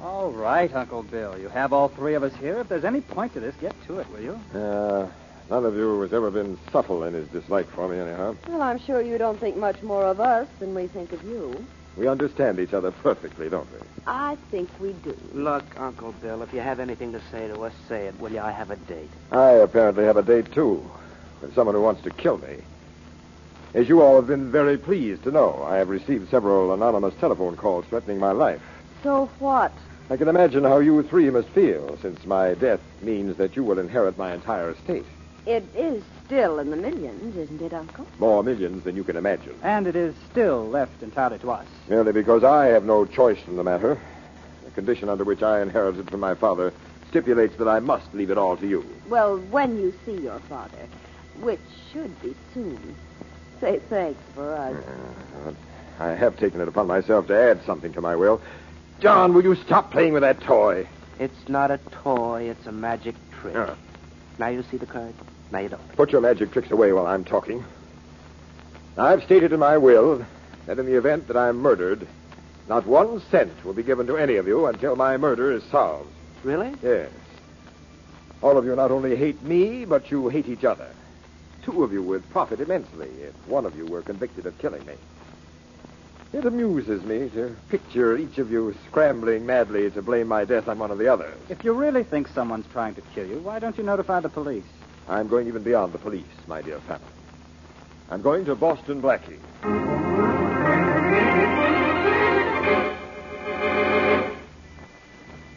All right, Uncle Bill. You have all three of us here. If there's any point to this, get to it, will you? Uh, none of you has ever been subtle in his dislike for me, anyhow. Well, I'm sure you don't think much more of us than we think of you. We understand each other perfectly, don't we? I think we do. Look, Uncle Bill, if you have anything to say to us, say it, will you? I have a date. I apparently have a date, too, with someone who wants to kill me. As you all have been very pleased to know, I have received several anonymous telephone calls threatening my life. So what? I can imagine how you three must feel, since my death means that you will inherit my entire estate. It is still in the millions, isn't it, Uncle? More millions than you can imagine. And it is still left entirely to us. Merely because I have no choice in the matter. The condition under which I inherited from my father stipulates that I must leave it all to you. Well, when you see your father, which should be soon, say thanks for us. Uh, I have taken it upon myself to add something to my will. John, will you stop playing with that toy? It's not a toy, it's a magic trick. Yeah. Now you see the card? Now you don't. Put your magic tricks away while I'm talking. I've stated in my will that in the event that I'm murdered, not one cent will be given to any of you until my murder is solved. Really? Yes. All of you not only hate me, but you hate each other. Two of you would profit immensely if one of you were convicted of killing me. It amuses me to picture each of you scrambling madly to blame my death on one of the others. If you really think someone's trying to kill you, why don't you notify the police? I'm going even beyond the police, my dear family. I'm going to Boston Blackie.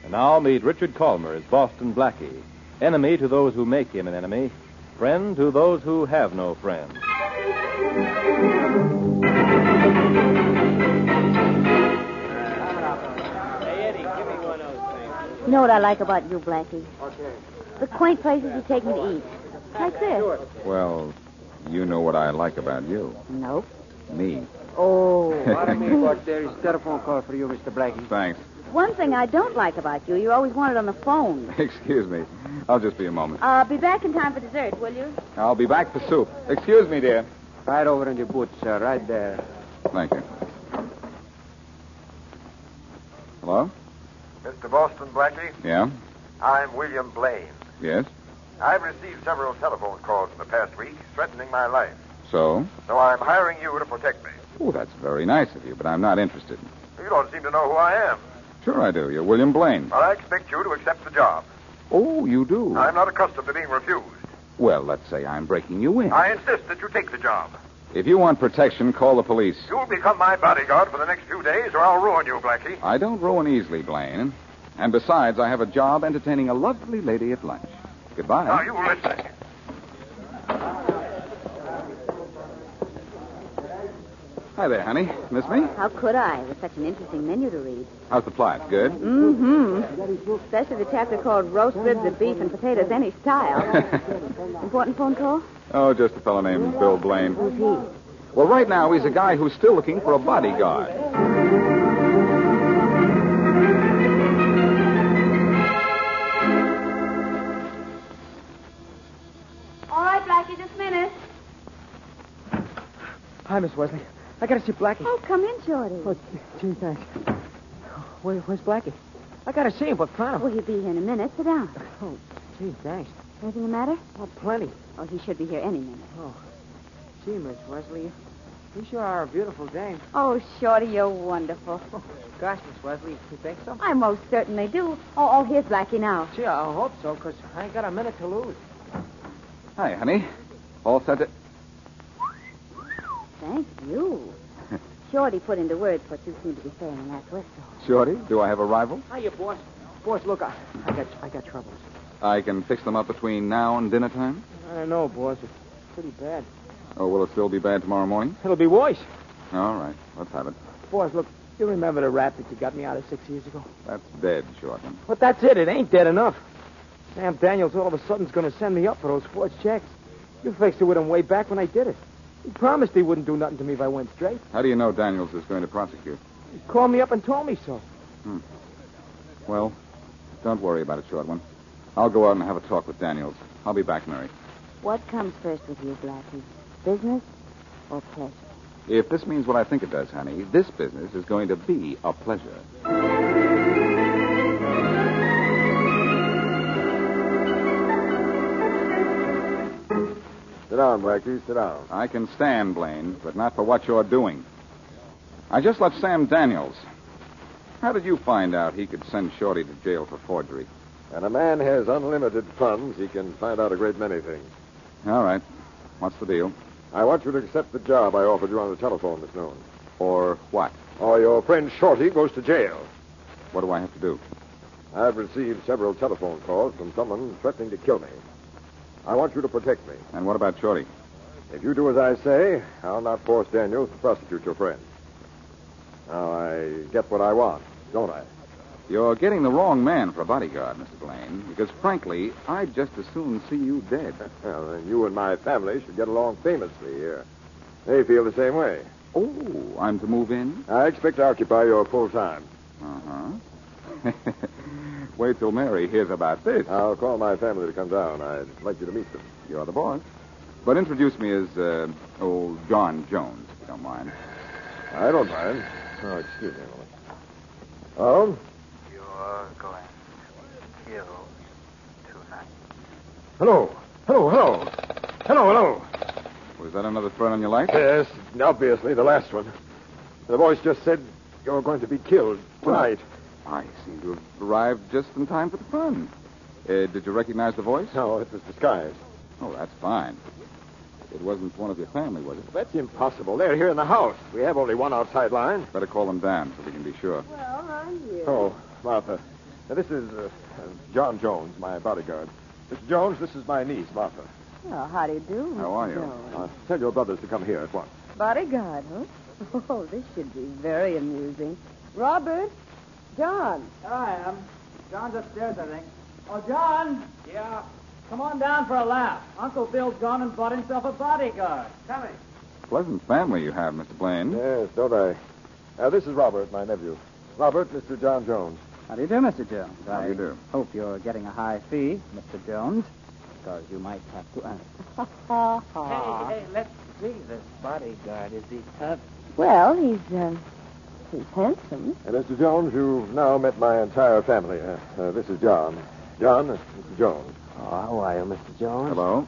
And now meet Richard Colmer as Boston Blackie, enemy to those who make him an enemy, friend to those who have no friend. You know what I like about you, Blackie? The quaint places you take me to eat. Like this. Well, you know what I like about you. Nope. Me. Oh, there is telephone call for you, Mr. Blackie. Thanks. One thing I don't like about you, you always want it on the phone. Excuse me. I'll just be a moment. Uh, be back in time for dessert, will you? I'll be back for soup. Excuse me, dear. Right over in your boots, sir, right there. Thank you. Hello? Mr. Boston Blackie, Yeah? I'm William Blaine. Yes? I've received several telephone calls in the past week threatening my life, So? so I'm hiring you to protect me. Oh, that's very nice of you, but I'm not interested. You don't seem to know who I am. Sure I do. You're William Blaine. Well, I expect you to accept the job. Oh, you do? I'm not accustomed to being refused. Well, let's say I'm breaking you in. I insist that you take the job. If you want protection, call the police. You'll become my bodyguard for the next few days, or I'll ruin you, Blackie. I don't ruin easily, Blaine. And besides, I have a job entertaining a lovely lady at lunch. Goodbye. Now, you listen. Hi there, honey. Miss me? How could I with such an interesting menu to read? How's the plot? Good? Mm-hmm. Especially the chapter called Roast Ribs of Beef and Potatoes Any Style. Important phone call? oh, just a fellow named Bill Blaine. Who's he? Well, right now, he's a guy who's still looking for a bodyguard. All right, Blackie, just a minute. Hi, Miss Wesley. I gotta see Blackie. Oh, come in, Shorty. gee, thanks. Where, where's Blackie? I gotta see him, but found Will he be here in a minute? Sit down. Oh, gee, thanks. Anything the matter? Oh, plenty. Oh, he should be here any minute. Gee, Miss Wesley, you sure are a beautiful dame. Oh, Shorty, you're wonderful. Gosh, Miss Wesley, you think so? I most certainly do. Oh, oh, here's Blackie now. Gee, I hope so, 'cause I ain't got a minute to lose. Hi, honey. All set to... Thank you. Shorty put into words what you seem to be saying, and that's whistle. Shorty, do I have a rival? Hiya, boss. Boss, look, I, I got I got troubles. I can fix them up between now and dinner time? I know, boss. It's pretty bad. Oh, will it still be bad tomorrow morning? It'll be worse. All right, let's have it. Boss, look, you remember the rap that you got me out of six years ago? That's dead, Shortman. But that's it. It ain't dead enough. Sam Daniels all of a sudden's going to send me up for those forged checks. You fixed it with him way back when I did it. He promised he wouldn't do nothing to me if I went straight. How do you know Daniels is going to prosecute? He called me up and told me so. Well, don't worry about it, Shortman. I'll go out and have a talk with Daniels. I'll be back, Mary. What comes first with you, Blackie? Business or pleasure? If this means what I think it does, honey, this business is going to be a pleasure. Sit down, Blackie. Sit down. I can stand, Blaine, but not for what you're doing. I just left Sam Daniels. How did you find out he could send Shorty to jail for forgery? When a man has unlimited funds, he can find out a great many things. All right. What's the deal? I want you to accept the job I offered you on the telephone this noon. Or what? Or your friend Shorty goes to jail. What do I have to do? I've received several telephone calls from someone threatening to kill me. I want you to protect me. And what about Shorty? If you do as I say, I'll not force Daniels to prosecute your friend. Now, I get what I want, don't I? You're getting the wrong man for a bodyguard, Mr. Blaine, because frankly, I'd just as soon see you dead. Well, then you and my family should get along famously here. They feel the same way. Oh, I'm to move in? I expect to occupy your full time. Uh huh. Wait till Mary hears about this. I'll call my family to come down. I'd like you to meet them. You're the boss. But introduce me as, uh, old John Jones, if you don't mind. I don't mind. Oh, excuse me a moment. Oh, You're going to kill tonight. hello. Hello, hello. Hello, hello. Was that another threat on your life? Yes, obviously, the last one. The voice just said, You're going to be killed tonight. I seem to have arrived just in time for the fun. Uh, did you recognize the voice? No, it was disguised. Oh, that's fine. It wasn't one of your family, was it? That's impossible. They're here in the house. We have only one outside line. Better call them down so we can be sure. Well, I'm here. Oh, Martha. Now, this is uh, uh, John Jones, my bodyguard. Mr. Jones, this is my niece, Martha. Well, how do you do? How Mr. are you? Jones? Uh, tell your brothers to come here at once. Bodyguard, huh? Oh, this should be very amusing. Robert, John. I am. John's upstairs, I think. Oh, John. Yeah. Come on down for a laugh. Uncle Bill's gone and bought himself a bodyguard. Coming. Pleasant family you have, Mr. Blaine. Yes, don't I? Uh, this is Robert, my nephew. Robert, Mr. John Jones. How do you do, Mr. Jones? How do you do? I hope you're getting a high fee, Mr. Jones, because you might have to earn it. Ha ha. Hey, hey, let's see this bodyguard. Is he tough? Well, he's uh, he's handsome. And Mr. Jones, you've now met my entire family. Uh, uh, this is John. John, this is Mr. Jones. Oh, how are you, Mr. Jones? Hello.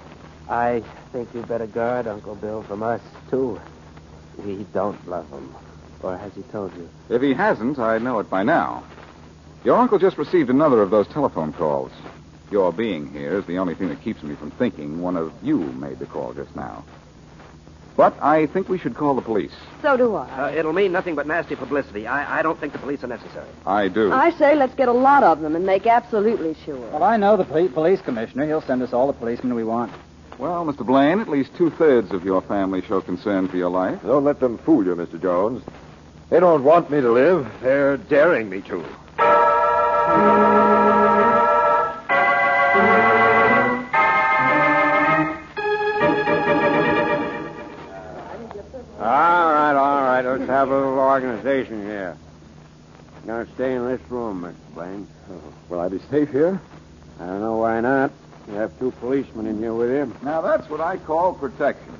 I think you better guard Uncle Bill from us, too. We don't love him. Or has he told you? If he hasn't, I know it by now. Your uncle just received another of those telephone calls. Your being here is the only thing that keeps me from thinking one of you made the call just now. But I think we should call the police. So do I. Uh, it'll mean nothing but nasty publicity. I, I don't think the police are necessary. I do. I say let's get a lot of them and make absolutely sure. Well, I know Oh, the poli- police commissioner. He'll send us all the policemen we want. Well, Mr. Blaine, at least two thirds of your family show concern for your life. Don't let them fool you, Mr. Jones. They don't want me to live. They're daring me to. All right, all right. Let's have a little organization here. Now stay in this room, Mr. Blaine. Will I be safe here? I don't know why not. You have two policemen in here with you. Now, that's what I call protection.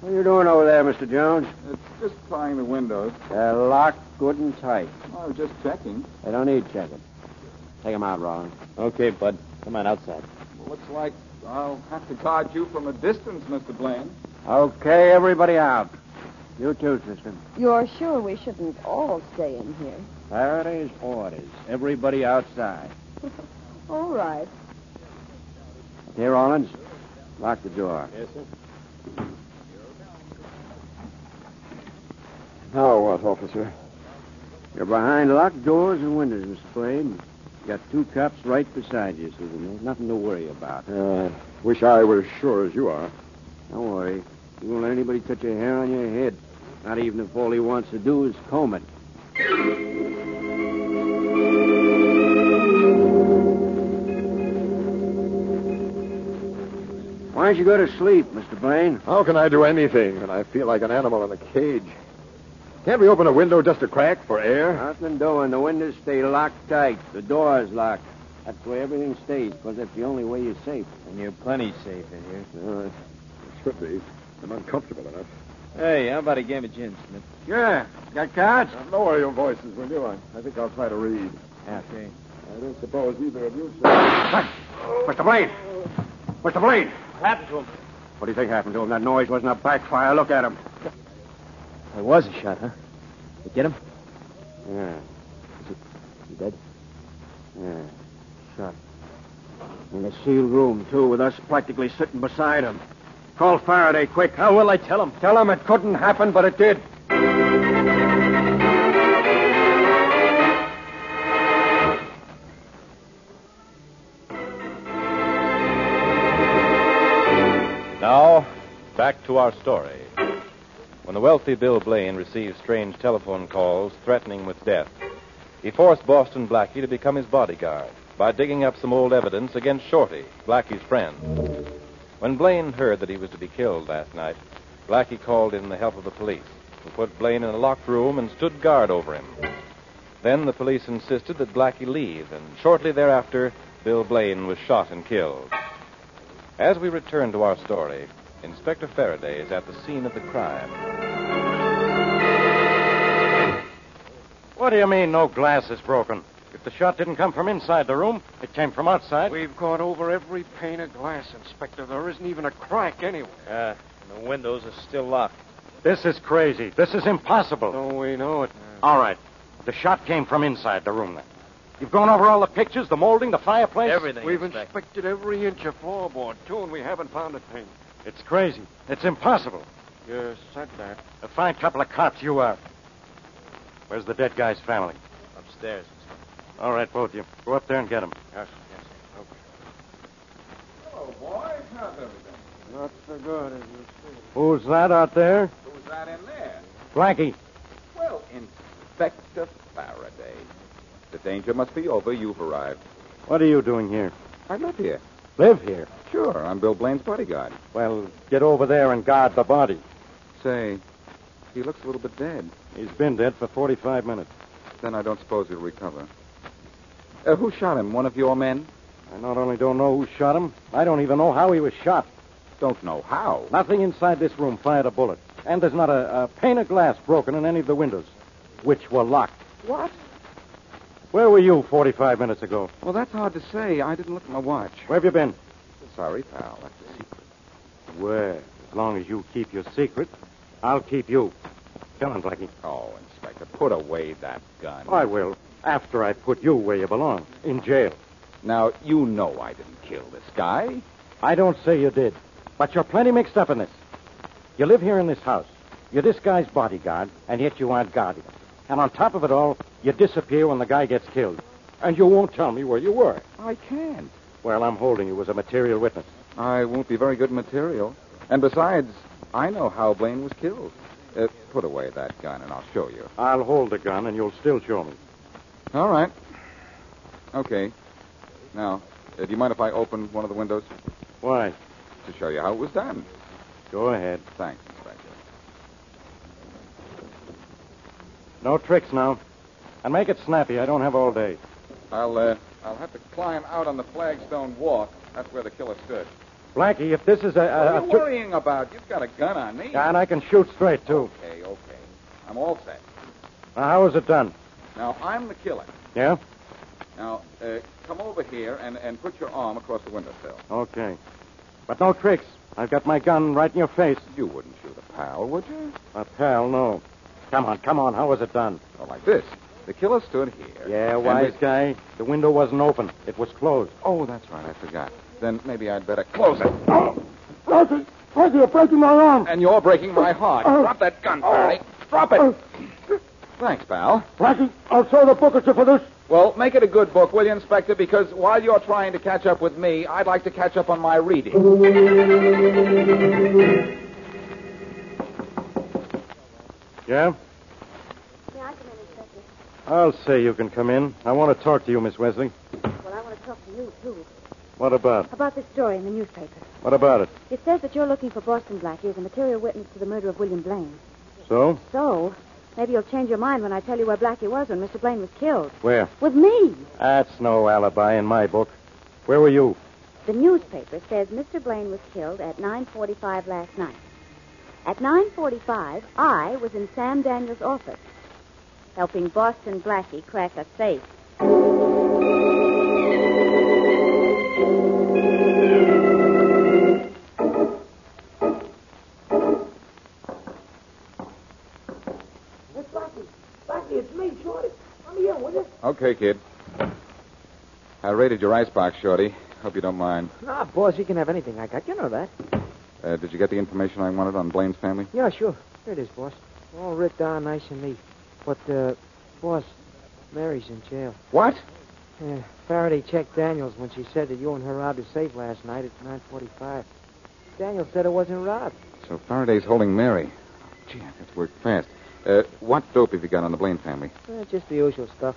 What are you doing over there, Mr. Jones? It's just plying the windows. They're locked good and tight. I was just checking. They don't need checking. Take them out, Rollins. Okay, bud. Come on outside. Looks like I'll have to guard you from a distance, Mr. Blaine. Okay, everybody out. You too, sister. You're sure we shouldn't all stay in here? Faraday's orders. Everybody outside. All right. Okay, Rollins. Lock the door. Yes, sir. Now what, officer? You're behind locked doors and windows, Mr. Blaine. You got two cops right beside you, Susan. There's nothing to worry about. Uh, wish I were as sure as you are. Don't worry. You won't let anybody touch a hair on your head. Not even if all he wants to do is comb it. Why don't you go to sleep, Mr. Blaine? How can I do anything when I feel like an animal in a cage? Can't we open a window just a crack for air? Nothing doing. The windows stay locked tight. The door is locked. That's the way everything stays, because that's the only way you're safe. And you're plenty safe in here. No, it should be. I'm uncomfortable enough. Hey, how about a game of gin, Smith? Yeah. Got cards? lower your voices, will you? I, I think I'll try to read. Okay. I don't suppose either of you. Mr. Blaine! Mr. Blaine! What happened to him? What do you think happened to him? That noise wasn't a backfire. Look at him. It was a shot, huh? You get him? Yeah, He dead? yeah. Shot. In a sealed room, too, with us practically sitting beside him. Call Faraday, quick. How will I tell him? Tell him it couldn't happen, but it did. Now, back to our story. When the wealthy Bill Blaine received strange telephone calls threatening with death, he forced Boston Blackie to become his bodyguard by digging up some old evidence against Shorty, Blackie's friend. When Blaine heard that he was to be killed last night, Blackie called in the help of the police, who put Blaine in a locked room and stood guard over him. Then the police insisted that Blackie leave, and shortly thereafter, Bill Blaine was shot and killed. As we return to our story, Inspector Faraday is at the scene of the crime. What do you mean no glass is broken? If the shot didn't come from inside the room, it came from outside. We've gone over every pane of glass, Inspector. There isn't even a crack anywhere. Uh, and the windows are still locked. This is crazy. This is impossible. Oh, we know it. All right. The shot came from inside the room then. You've gone over all the pictures, the molding, the fireplace? We've inspected every inch of floorboard, too, and we haven't found a thing. It's crazy. It's impossible. You said that. A fine couple of cops you are. Where's the dead guy's family? Upstairs. All right, both of you. Go up there and get him. Yes, yes. Okay. Oh, boys, how's everything? Not so good as you see. Who's that out there? Who's that in there? Blackie. Well, Inspector Faraday. The danger must be over. You've arrived. What are you doing here? I live here. Live here. Sure, I'm Bill Blaine's bodyguard. Well, get over there and guard the body. Say, he looks a little bit dead. He's been dead for 45 minutes. Then I don't suppose he'll recover. Uh, who shot him? One of your men? I not only don't know who shot him, I don't even know how he was shot. Don't know how. Nothing inside this room fired a bullet. And there's not a, a pane of glass broken in any of the windows, which were locked. What? Where were you 45 minutes ago? Well, that's hard to say. I didn't look at my watch. Where have you been? Sorry, pal. That's a secret. Where? As long as you keep your secret, I'll keep you. Come on, Blackie. Oh, Inspector, put away that gun. I will. After I put you where you belong, in jail. Now, you know I didn't kill this guy. I don't say you did, but you're plenty mixed up in this. You live here in this house. You're this guy's bodyguard, and yet you aren't guarding him. And on top of it all, you disappear when the guy gets killed. And you won't tell me where you were. I can't. Well, I'm holding you as a material witness. I won't be very good material. And besides, I know how Blaine was killed. Uh, put away that gun, and I'll show you. I'll hold the gun, and you'll still show me. All right. Okay. Now, uh, do you mind if I open one of the windows Why? to show you how it was done? Go ahead. Thanks, Inspector. No tricks now. And make it snappy. I don't have all day. I'll uh, I'll have to climb out on the flagstone walk. That's where the killer stood. Blackie, if this is a. what a, are a you tri- worrying about? You've got a Uh, gun on me. and I can shoot straight, too. Okay, okay. I'm all set. Now, how is it done? Now I'm the killer. Yeah? Now uh, come over here and, and put your arm across the windowsill. Okay. But no tricks. I've got my gun right in your face. You wouldn't shoot a pal, would you? A pal, no. Come on, come on. How was it done? Well, Oh, like this. The killer stood here. Yeah, and wise this- guy. The window wasn't open. It was closed. Oh, that's right. I forgot. Then maybe I'd better close it. Oh, Blackie! Blackie, you're breaking my arm! And you're breaking my heart. Oh. Drop that gun, Faraday. Drop it. Thanks, pal. Blackie, I'll show the book at you for this. Well, make it a good book, will you, Inspector? Because while you're trying to catch up with me, I'd like to catch up on my reading. Yeah? May I come in a second? I'll say you can come in. I want to talk to you, Miss Wesley. Well, I want to talk to you, too. What about? About this story in the newspaper. What about it? It says that you're looking for Boston Blackie as a material witness to the murder of William Blaine. So? So, maybe you'll change your mind when I tell you where Blackie was when Mr. Blaine was killed. Where? With me. That's no alibi in my book. Where were you? The newspaper says Mr. Blaine was killed at 9:45 last night. At 9:45, I was in Sam Daniels' office helping Boston Blackie crack a safe. Miss Blackie, Blackie, it's me, Shorty. Come here, will you? Okay, kid. I raided your icebox, Shorty. Hope you don't mind. Nah, Ah, boss, you can have anything I got. You know that. Uh, did you get the information I wanted on Blaine's family? Yeah, sure. Here it is, boss. All writ down nice and neat. But, uh, boss, Mary's in jail. What? Yeah, Faraday checked Daniels when she said that you and her robbed the safe last night at 9.45. Daniels said it wasn't robbed. So Faraday's holding Mary. Oh, Gee, that's worked fast. Uh, what dope have you got on the Blaine family? Eh, just the usual stuff.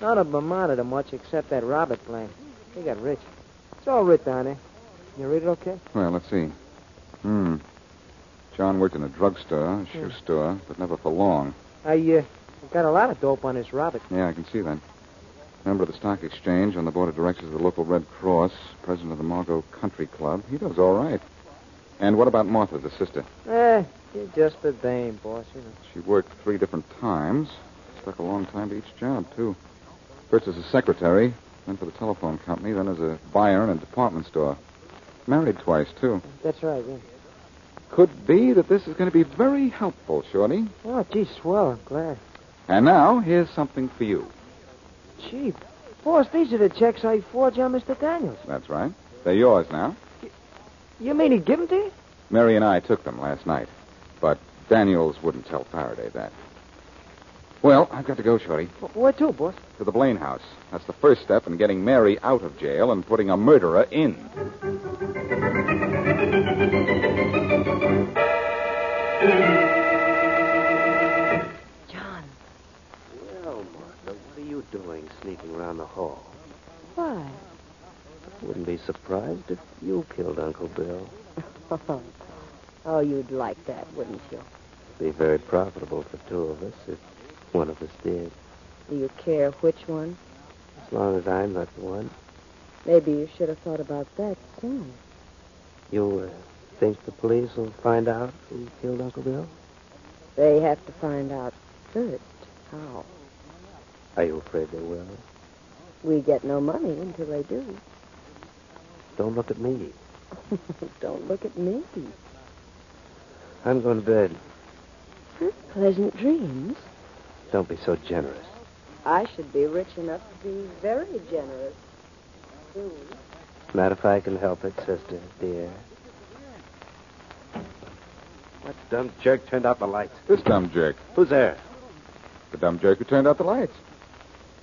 None of 'em amounted to much except that Robert Blaine. He got rich. It's all writ down there. You read it okay? Well, let's see. Hmm. John worked in a drugstore, a shoe Yeah. store, but never for long. I, uh, got a lot of dope on this Robert. Yeah, I can see that. Member of the stock exchange, on the board of directors of the local Red Cross, president of the Margot Country Club. He does all right. And what about Martha, the sister? Eh, you're just a dame, boss, you know. She worked three different times. Stuck a long time to each job, too. First as a secretary, then for the telephone company, then as a buyer in a department store. Married twice, too. That's right, yeah. Could be that this is going to be very helpful, Shorty. Oh, gee, swell, I'm glad. And now, here's something for you. Gee, boss, these are the checks I forged on Mr. Daniels. That's right. They're yours now. You mean he give 'em to you? Mary and I took them last night, but Daniels wouldn't tell Faraday that. Well, I've got to go, Shorty, Wh- Where to, boss? to the Blaine house. That's the first step in getting Mary out of jail and putting a murderer in. Well, Martha, what are you doing sneaking around the hall? Why? Wouldn't be surprised if you killed Uncle Bill. oh, you'd like that, wouldn't you? Be very profitable for two of us if one of us did. Do you care which one? As long as I'm not the one. Maybe you should have thought about that soon. You uh, think the police will find out who killed Uncle Bill? They have to find out first how. Are you afraid they will? We get no money until they do. Don't look at me. Don't look at me. I'm going to bed. Pleasant dreams. Don't be so generous. I should be rich enough to be very generous. Too. Not if I can help it, sister, dear. What dumb jerk turned out the lights? This dumb jerk. Who's there? The dumb jerk who turned out the lights.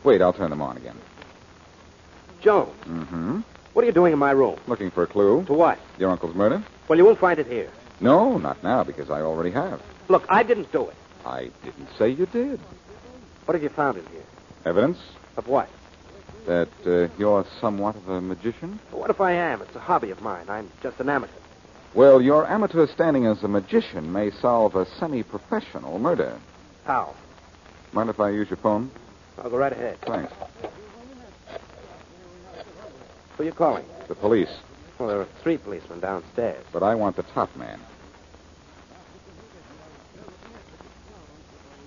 Wait, I'll turn them on again. Jones. Mm-hmm. What are you doing in my room? Looking for a clue. To what? Your uncle's murder? Well, you won't find it here. No, not now, because I already have. Look, I didn't do it. I didn't say you did. What have you found in here? Evidence Of what? that uh, you're somewhat of a magician? What if I am? It's a hobby of mine. I'm just an amateur. Well, your amateur standing as a magician may solve a semi professional murder. How? Mind if I use your phone? I'll go right ahead. Thanks. Who are you calling? The police. Well, there are three policemen downstairs. But I want the top man.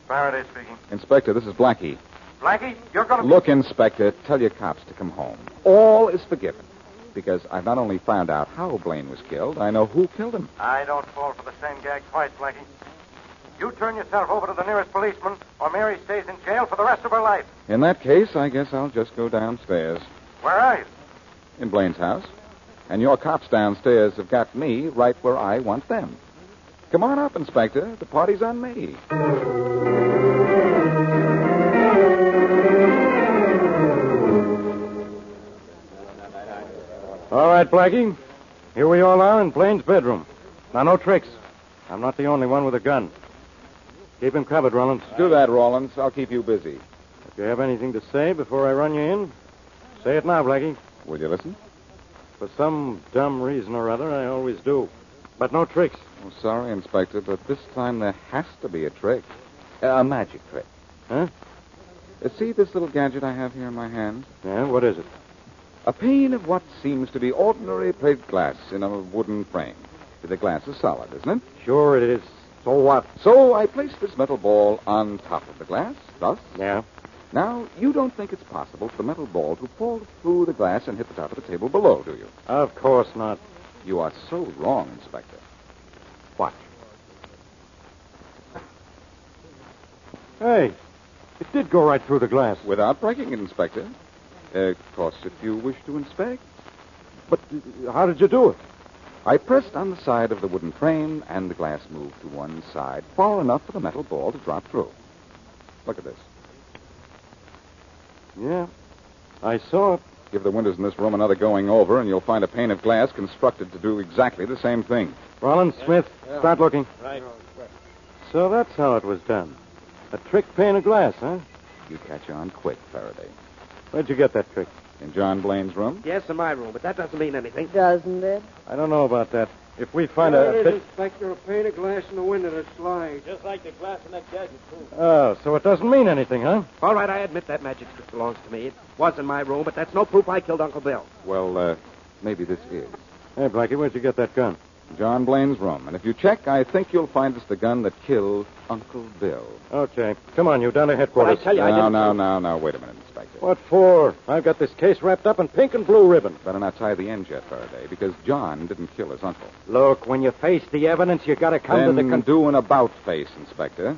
Faraday speaking. Inspector, this is Blackie. Blackie, you're going to Look, Inspector, tell your cops to come home. All is forgiven. Because I've not only found out how Blaine was killed, I know who killed him. I don't fall for the same gag twice, Blackie. You turn yourself over to the nearest policeman, or Mary stays in jail for the rest of her life. In that case, I guess I'll just go downstairs Where are you? in Blaine's house. And your cops downstairs have got me right where I want them. Come on up, Inspector. The party's on me. All right, Blackie. Here we all are in Blaine's bedroom. Now, no tricks. I'm not the only one with a gun. Keep him covered, Rollins. Do that, Rollins. I'll keep you busy. If you have anything to say before I run you in, say it now, Blackie. Will you listen? For some dumb reason or other, I always do. But no tricks. Oh, sorry, Inspector, but this time there has to be a trick. A magic trick. Huh? Uh, See this little gadget I have here in my hand? Yeah, what is it? A pane of what seems to be ordinary plate glass in a wooden frame. The glass is solid, isn't it? Sure it is. So what? So I place this metal ball on top of the glass, thus. Yeah. Now, you don't think it's possible for the metal ball to fall through the glass and hit the top of the table below, do you? Of course not. You are so wrong, Inspector. What? Hey, it did go right through the glass. Without breaking it, Inspector. Uh, of course, if you wish to inspect. But uh, how did you do it? I pressed on the side of the wooden frame, and the glass moved to one side far enough for the metal ball to drop through. Look at this. Yeah, I saw it. Give the windows in this room another going over, and you'll find a pane of glass constructed to do exactly the same thing. Rollins, Smith, Yeah. start looking. Right. So that's how it was done. A trick pane of glass, huh? You catch on quick, Faraday. Where'd you get that trick? In John Blaine's room? Yes, in my room, but that doesn't mean anything. Doesn't it? I don't know about that. If we find There a it is, bit... Inspector. A pane of glass in the window that slides. Just like the glass in that gadget, too. Oh, so it doesn't mean anything, huh? All right, I admit that magic stick belongs to me. It was in my room, but that's no proof I killed Uncle Bill. Well, uh, maybe this is. Hey, Blackie, where'd you get that gun? John Blaine's room. And if you check, I think you'll find it's the gun that killed Uncle Bill. Okay. Come on, you down to headquarters. no, no, no, no. Wait a minute, Inspector. What for? I've got this case wrapped up in pink and blue ribbon. Better not tie the end yet, Faraday, because John didn't kill his uncle. Look, when you face the evidence, you gotta come then to the con- do an about face, Inspector.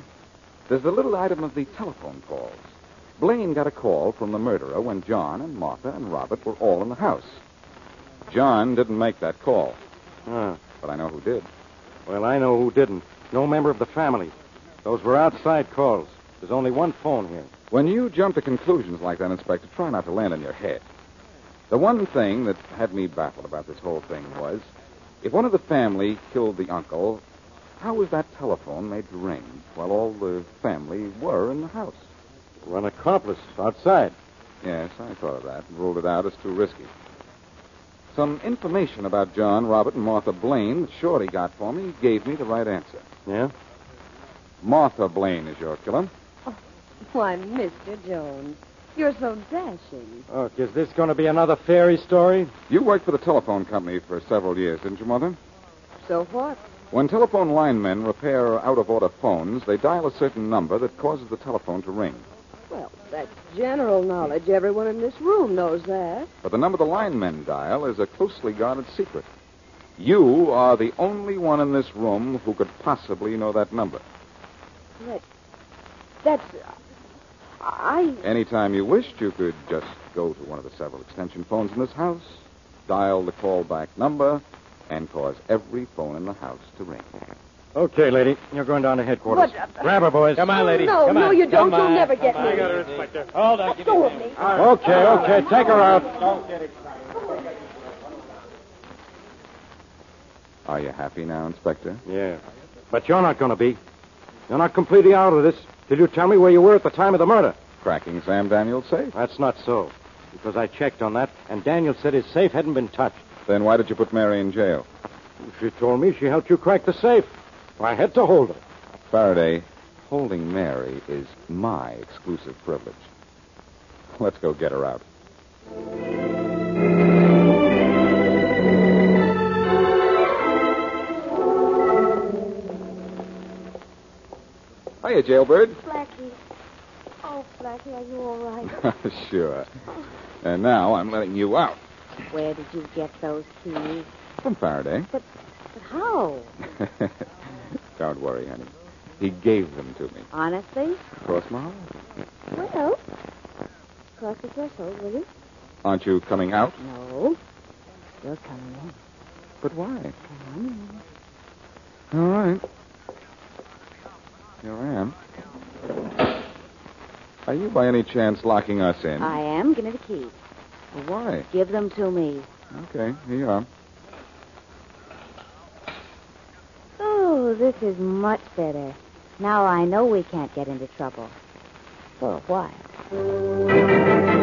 There's the little item of the telephone calls. Blaine got a call from the murderer when John and Martha and Robert were all in the house. John didn't make that call, Ah, but I know who did. well, I know who didn't. No member of the family. Those were outside calls. There's only one phone here. When you jump to conclusions like that, Inspector, try not to land on your head. The one thing that had me baffled about this whole thing was if one of the family killed the uncle, how was that telephone made to ring while all the family were in the house? One accomplice outside. Yes, I thought of that and ruled it out as too risky. Some information about John, Robert, and Martha Blaine that Shorty got for me gave me the right answer. Yeah? Martha Blaine is your killer. Why, Mr. Jones, you're so dashing. Look, is this going to be another fairy story? You worked for the telephone company for several years, didn't you, Mother? So what? When telephone linemen repair out of order phones, they dial a certain number that causes the telephone to ring. Well, that's general knowledge. Everyone in this room knows that. But the number the linemen dial is a closely guarded secret. You are the only one in this room who could possibly know that number. That, that's. uh, I. Anytime you wished, you could just go to one of the several extension phones in this house, dial the callback number, and cause every phone in the house to ring. Okay, lady. You're going down to headquarters. What? Grab her, boys. Come on, lady. No, Come no, on. you don't. Come You'll on. never get Come on. me. I got her, Inspector. Hold on. Let go of me. Okay, okay. Take her out. Don't get excited. Are you happy now, Inspector? Yeah. But you're not going to be. You're not completely out of this till you tell me where you were at the time of the murder. Cracking Sam Daniels safe. That's not so. Because I checked on that, and Daniel said his safe hadn't been touched. Then why did you put Mary in jail? She told me she helped you crack the safe. I had to hold her. Faraday, holding Mary is my exclusive privilege. Let's go get her out. Hiya, jailbird. Blackie. Oh, Blackie, are you all right? sure. And now I'm letting you out Where did you get those keys? from Faraday. But how? Don't worry, honey. He gave them to me. Uh-huh. Honestly? Cross my heart. Well, cross the threshold, will you? Aren't you coming out? No. You're coming in. But why? Come on All right. Here I am. Are you by any chance locking us in? in. I am. Give me the keys. Well, Why? Give them to me. Okay, here you are. Oh, this is much better. Now I know we can't get into trouble. For a while.